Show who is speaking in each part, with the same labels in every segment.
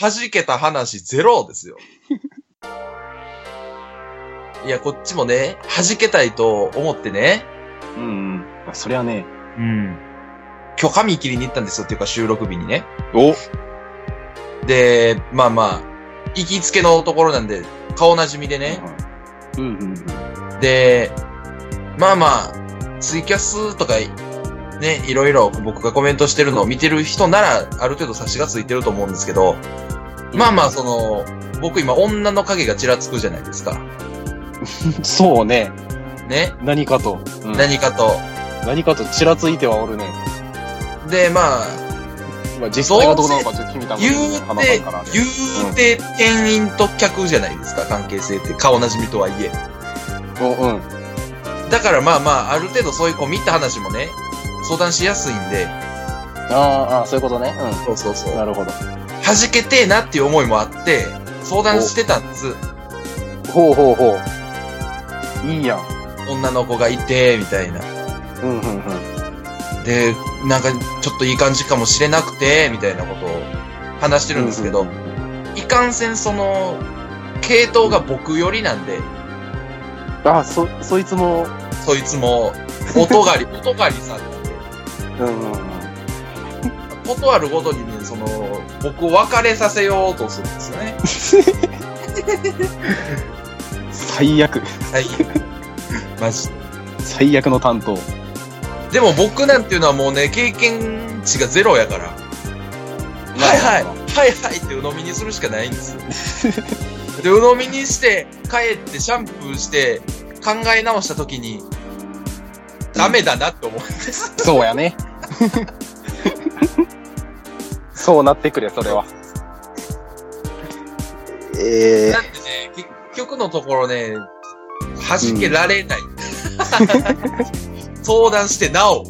Speaker 1: 弾けた話ゼロです よ。いや、こっちもね、弾けたいと思ってね、
Speaker 2: うんうん。まあ、そりゃね。
Speaker 1: うん。今日髪切りに行ったんですよっていうか収録日にね。
Speaker 2: お
Speaker 1: で、まあまあ、行きつけのところなんで、顔なじみでね。
Speaker 2: うんうんうん。
Speaker 1: で、まあまあ、ツイキャスとか、ね、いろいろ僕がコメントしてるのを見てる人なら、ある程度察しがついてると思うんですけど、まあまあ、その、僕今女の影がちらつくじゃないですか。
Speaker 2: そうね。
Speaker 1: ね、
Speaker 2: 何かと。うん
Speaker 1: 何かと。
Speaker 2: 何かとちらついてはおるね。
Speaker 1: で、まあ、
Speaker 2: まあ、実際がどうなのかちょっと君たち
Speaker 1: 言
Speaker 2: の
Speaker 1: う
Speaker 2: 話
Speaker 1: て
Speaker 2: さんからね。、
Speaker 1: 言うて、店員と客じゃないですか、関係性って。顔なじみとはいえ。
Speaker 2: おうん。
Speaker 1: だからまあまあ、ある程度そういう込みった話もね、相談しやすいんで、
Speaker 2: ああ、ああ、そういうことね。
Speaker 1: そうそうそうう。
Speaker 2: ん。
Speaker 1: 弾
Speaker 2: なるほど。
Speaker 1: けてえなっていう思いもあって、相談してたんです。
Speaker 2: ほうほうほう。いいやん。
Speaker 1: 女の子がいて、みたいな。
Speaker 2: うんうんうん。
Speaker 1: で、なんか、ちょっといい感じかもしれなくて、みたいなことを話してるんですけど、
Speaker 2: うんうんうん
Speaker 1: いかんせんその、系統が僕寄りなんで、
Speaker 2: ああ、そ、そいつも、
Speaker 1: そいつも、おと がり、おとがりさんなんで、
Speaker 2: うんうんうん。
Speaker 1: ことあるごとにね、その、僕を別れさせようとするんですよね。
Speaker 2: 最悪。
Speaker 1: はい。マジで。
Speaker 2: 最悪の担当。
Speaker 1: でも僕なんていうのはもうね、経験値がゼロやから。はいはい、はいはいって鵜呑みにするしかないんですよ。で、鵜呑みにして、帰ってシャンプーして、考え直した時に、ダメだなって思う。
Speaker 2: そうやね。 そうなってくれ、それは。え
Speaker 1: だってね、結局のところね、弾けられない。 相談してなお。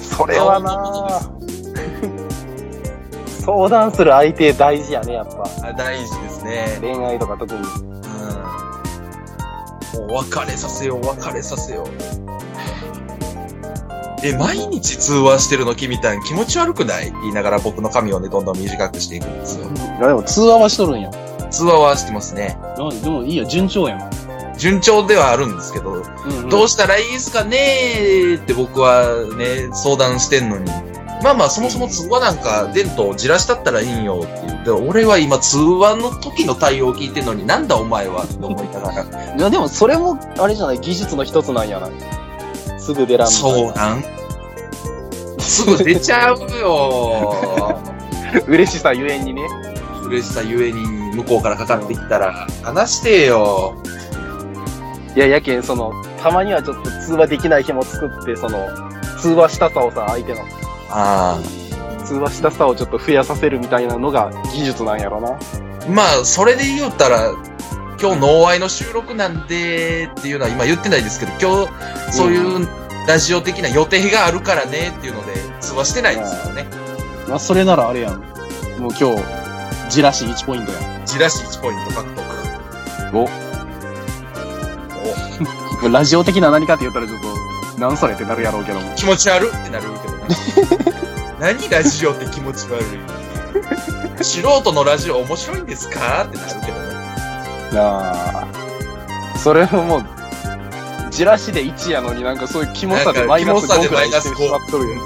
Speaker 2: それはな相談する相手大事やね、やっぱ。
Speaker 1: あ大事ですね。
Speaker 2: 恋愛とか特に。
Speaker 1: うん。もう別れさせよう、別れさせよう。え、毎日通話してるの君たん気持ち悪くない言いながら僕の髪をね、どんどん短くしていくんですよ。
Speaker 2: でも通話はしとるんや。
Speaker 1: 通話はしてますね。
Speaker 2: でもいいよ、順調やん。
Speaker 1: 順調ではあるんですけど、どうしたらいいですかねーって僕はね、相談してんのに。まあまあ、そもそも通話なんか、電灯をじらしたったらいいんよって言って、俺は今通話の時の対応を聞いてんのに、なんだお前はって思いながら。
Speaker 2: いや、でもそれも、あれじゃない、技術の一つなんやな。すぐ出らん
Speaker 1: そうなんすぐ出ちゃうよ。
Speaker 2: 嬉しさゆえにね。
Speaker 1: 嬉しさゆえに向こうからかかってきたら、話してよ。
Speaker 2: いや、やけん、その、たまにはちょっと通話できない日も作って、その、通話したさをさ、相手の、
Speaker 1: あ
Speaker 2: 通話したさをちょっと増やさせるみたいなのが技術なんやろな。
Speaker 1: あ。まあ、それで言うたら、今日、ノーアイの収録なんで、っていうのは今言ってないですけど、今日、そういうラジオ的な予定があるからね、っていうので、通話してないですよね。
Speaker 2: まあ、それならあれやん。もう今日、じらし1ポイントや
Speaker 1: じらし1ポイント獲得。
Speaker 2: ん。ラジオ的な何かって言ったらちょっと、なんそれってなるやろうけども。
Speaker 1: 気持ち悪ってなるけどね。何ラジオって気持ち悪い素人のラジオ面白いんですかってなるけどね。
Speaker 2: ああ。それももう、じらしで1やのになんかそういうキモさでマイナス
Speaker 1: なんかキモさで
Speaker 2: 5くらいして
Speaker 1: マイ
Speaker 2: しま
Speaker 1: ナ
Speaker 2: っとるやん。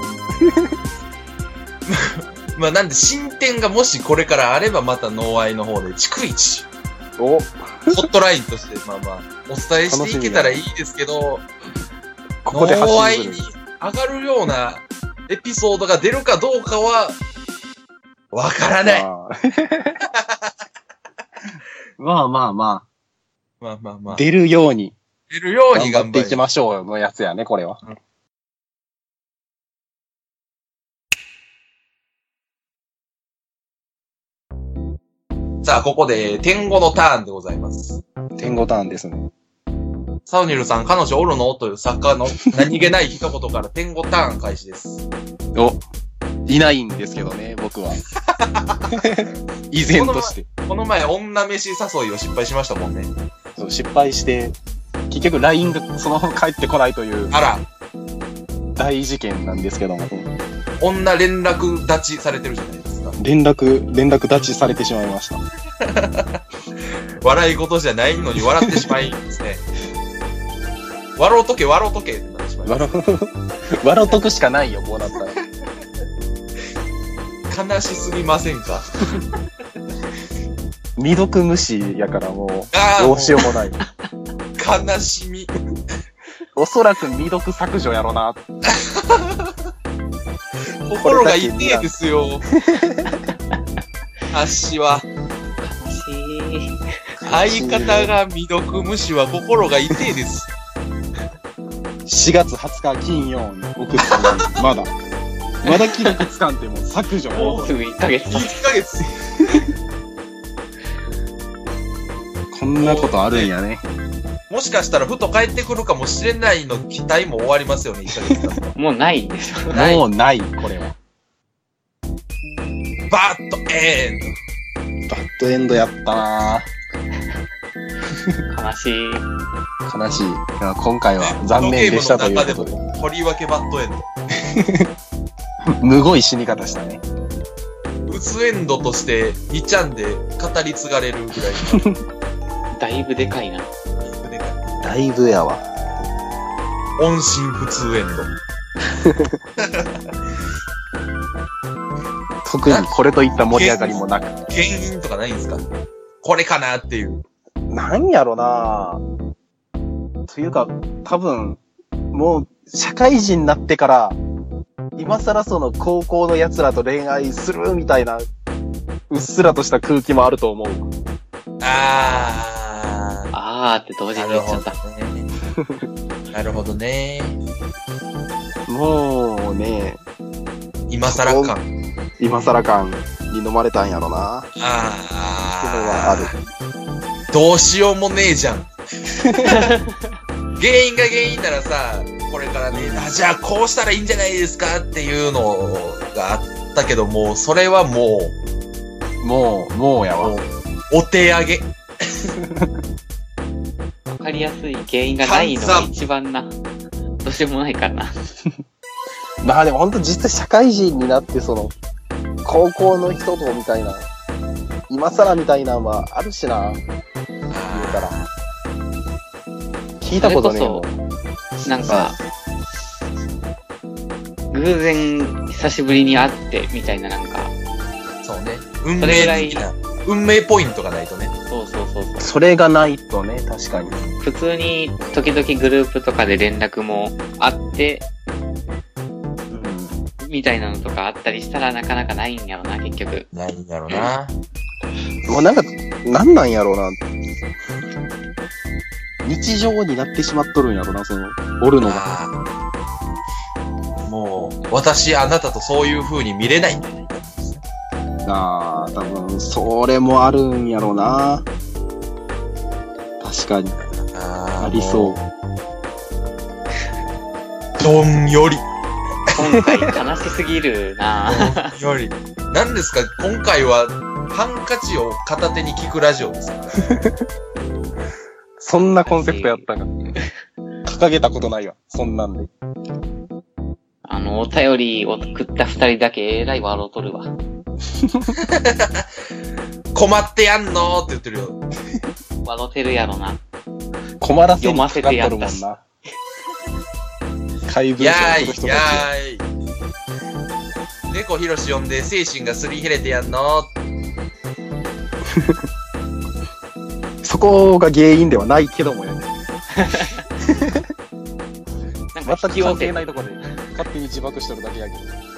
Speaker 1: まあなんで進展がもしこれからあればまたノーアイの方で逐一、ホ
Speaker 2: お
Speaker 1: ットラインとしてまあまあお伝えしていけたらいいですけど、
Speaker 2: ここで
Speaker 1: ノ
Speaker 2: 発
Speaker 1: ーアイ
Speaker 2: 信
Speaker 1: に
Speaker 2: する。
Speaker 1: 上がるようなエピソードが出るかどうかは、わからない。
Speaker 2: あー まあまあま
Speaker 1: まあまあま
Speaker 2: あ、
Speaker 1: あ。
Speaker 2: 出るように
Speaker 1: 出るよう
Speaker 2: 頑
Speaker 1: に
Speaker 2: 張
Speaker 1: 頑
Speaker 2: って
Speaker 1: 張
Speaker 2: いき
Speaker 1: り
Speaker 2: ましょうのやつやね、これは。
Speaker 1: さあ、ここで、天狗のターンでございます。
Speaker 2: 天狗ターンですね。
Speaker 1: サウニルさん、彼女おるのという作家の何気ない一言から点5ターン開始です。
Speaker 2: お、いないんですけどね、僕 は。依然として。
Speaker 1: この前、女飯誘いを失敗しましたもんね。
Speaker 2: そう失敗して、結局 LINE がそのまま返ってこないという
Speaker 1: あら、
Speaker 2: 大事件なんですけども。
Speaker 1: 女連絡立ちされてるじゃないですですか。
Speaker 2: 連絡、連絡立ちされてしまいました。
Speaker 1: 笑い事じゃないのに笑ってしまいますね。笑うとけ、笑うとけってなってしまいま
Speaker 2: 笑う、笑うとくしかないよ、こうなったら。
Speaker 1: す。悲しすぎませんか
Speaker 2: 未読無視やからも
Speaker 1: ああ、
Speaker 2: う、ど
Speaker 1: もう
Speaker 2: うしようもない。
Speaker 1: 悲しみ。
Speaker 2: おそらく未読削除やろな。
Speaker 1: 心が痛いです よ。足は、相方が未読無視は心が痛いです。
Speaker 2: 4月20日金曜に送ったのに、まだ。 まだ既読つかんてもう削除や
Speaker 3: もう
Speaker 2: ろ
Speaker 3: すぐ1ヶ月経
Speaker 1: 1ヶ月。
Speaker 2: こんなことあるんやね。
Speaker 1: もしかしたらふと帰ってくるかもしれないの期待も終わりますよね、1ヶ月間。
Speaker 3: つもうないんですよ。
Speaker 1: ない
Speaker 2: もうない、これは。
Speaker 1: バーッと、えーん。
Speaker 2: バッドエンドやったな
Speaker 3: 悲しい。
Speaker 2: ぁ悲しい。いや今回は残念でしたということで。
Speaker 1: とりわけバッドエンド。
Speaker 2: むごい死に方したね。
Speaker 1: うつエンドとして2ちゃんで語り継がれるぐらい
Speaker 3: だいぶでかいな。
Speaker 1: のでかい。
Speaker 2: だいぶやわ。
Speaker 1: 音信不通エンド。
Speaker 2: 特にこれといった盛り上がりもなく。
Speaker 1: 原因とかないんですかこれかなっていう。
Speaker 2: なんやろなぁというか、多分、もう、社会人になってから、今更その高校の奴らと恋愛するみたいな、うっすらとした空気もあると思う。
Speaker 1: あー。
Speaker 3: あーって同時に言っちゃった。
Speaker 1: ね。なるほどね。
Speaker 2: もうね、
Speaker 1: 今更感。
Speaker 2: 今更感に飲まれたんやろなっていうのはあ
Speaker 1: あ
Speaker 2: る。
Speaker 1: ー。どうしようもねえじゃん。原因が原因ならさ、これからね、あじゃあこうしたらいいんじゃないですかっていうのがあったけども、それはもう、
Speaker 2: もう、もうやわ。
Speaker 1: お手上げ。
Speaker 3: わかりやすい原因がないのが一番な。どうしようもないからな。
Speaker 2: まあでも本当実際社会人になってその、高校の人とみたいな、今更みたいなのはあるしな、言うたら。聞いたことねえもん
Speaker 3: そなんか、偶然久しぶりに会ってみたいななんか、
Speaker 1: そうね。運
Speaker 3: それぐら
Speaker 1: 命
Speaker 3: い
Speaker 1: 的な、運命ポイントがないとね。
Speaker 3: そうそうそうそう。
Speaker 2: それがないとね、確かに。
Speaker 3: 普通に時々グループとかで連絡もあって、みたいなのとかあったりしたらなかなかないんやろな、結局。
Speaker 1: ないんだろうな。
Speaker 2: もうなんか、なんなんやろうな。日常になってしまっとるんやろな、その、おるのが。
Speaker 1: あーもう、私、あなたとそういう風に見れない。
Speaker 2: ああ、多分、それもあるんやろうな。確かに、
Speaker 1: あ
Speaker 2: ありそう。
Speaker 1: う。どんより。
Speaker 3: 今回悲しすぎるな
Speaker 1: どんより。何ですか今回は、ハンカチを片手に聞くラジオですか
Speaker 2: そんなコンセプトやったか。 掲げたことないわ、そんなんで。
Speaker 3: あの、お便りを送った二人だけえらい笑うとるわ。
Speaker 1: 困ってやんのーって言ってるよ。
Speaker 3: 笑うてるやろな。
Speaker 2: 困らせに
Speaker 3: 読ませてやった
Speaker 2: か
Speaker 3: し
Speaker 2: かっとるもんな。怪文
Speaker 1: や
Speaker 2: 書の人
Speaker 1: ー
Speaker 2: た
Speaker 1: い、
Speaker 2: ち
Speaker 1: や。ーい。猫ひろし呼んで精神がすり減れてやんのー
Speaker 2: そこが原因ではないけどもやね。
Speaker 3: なん
Speaker 2: 全く
Speaker 3: か引き寄
Speaker 2: 関
Speaker 3: せ
Speaker 2: 係ないとこで、勝手に自爆してるだけやけど。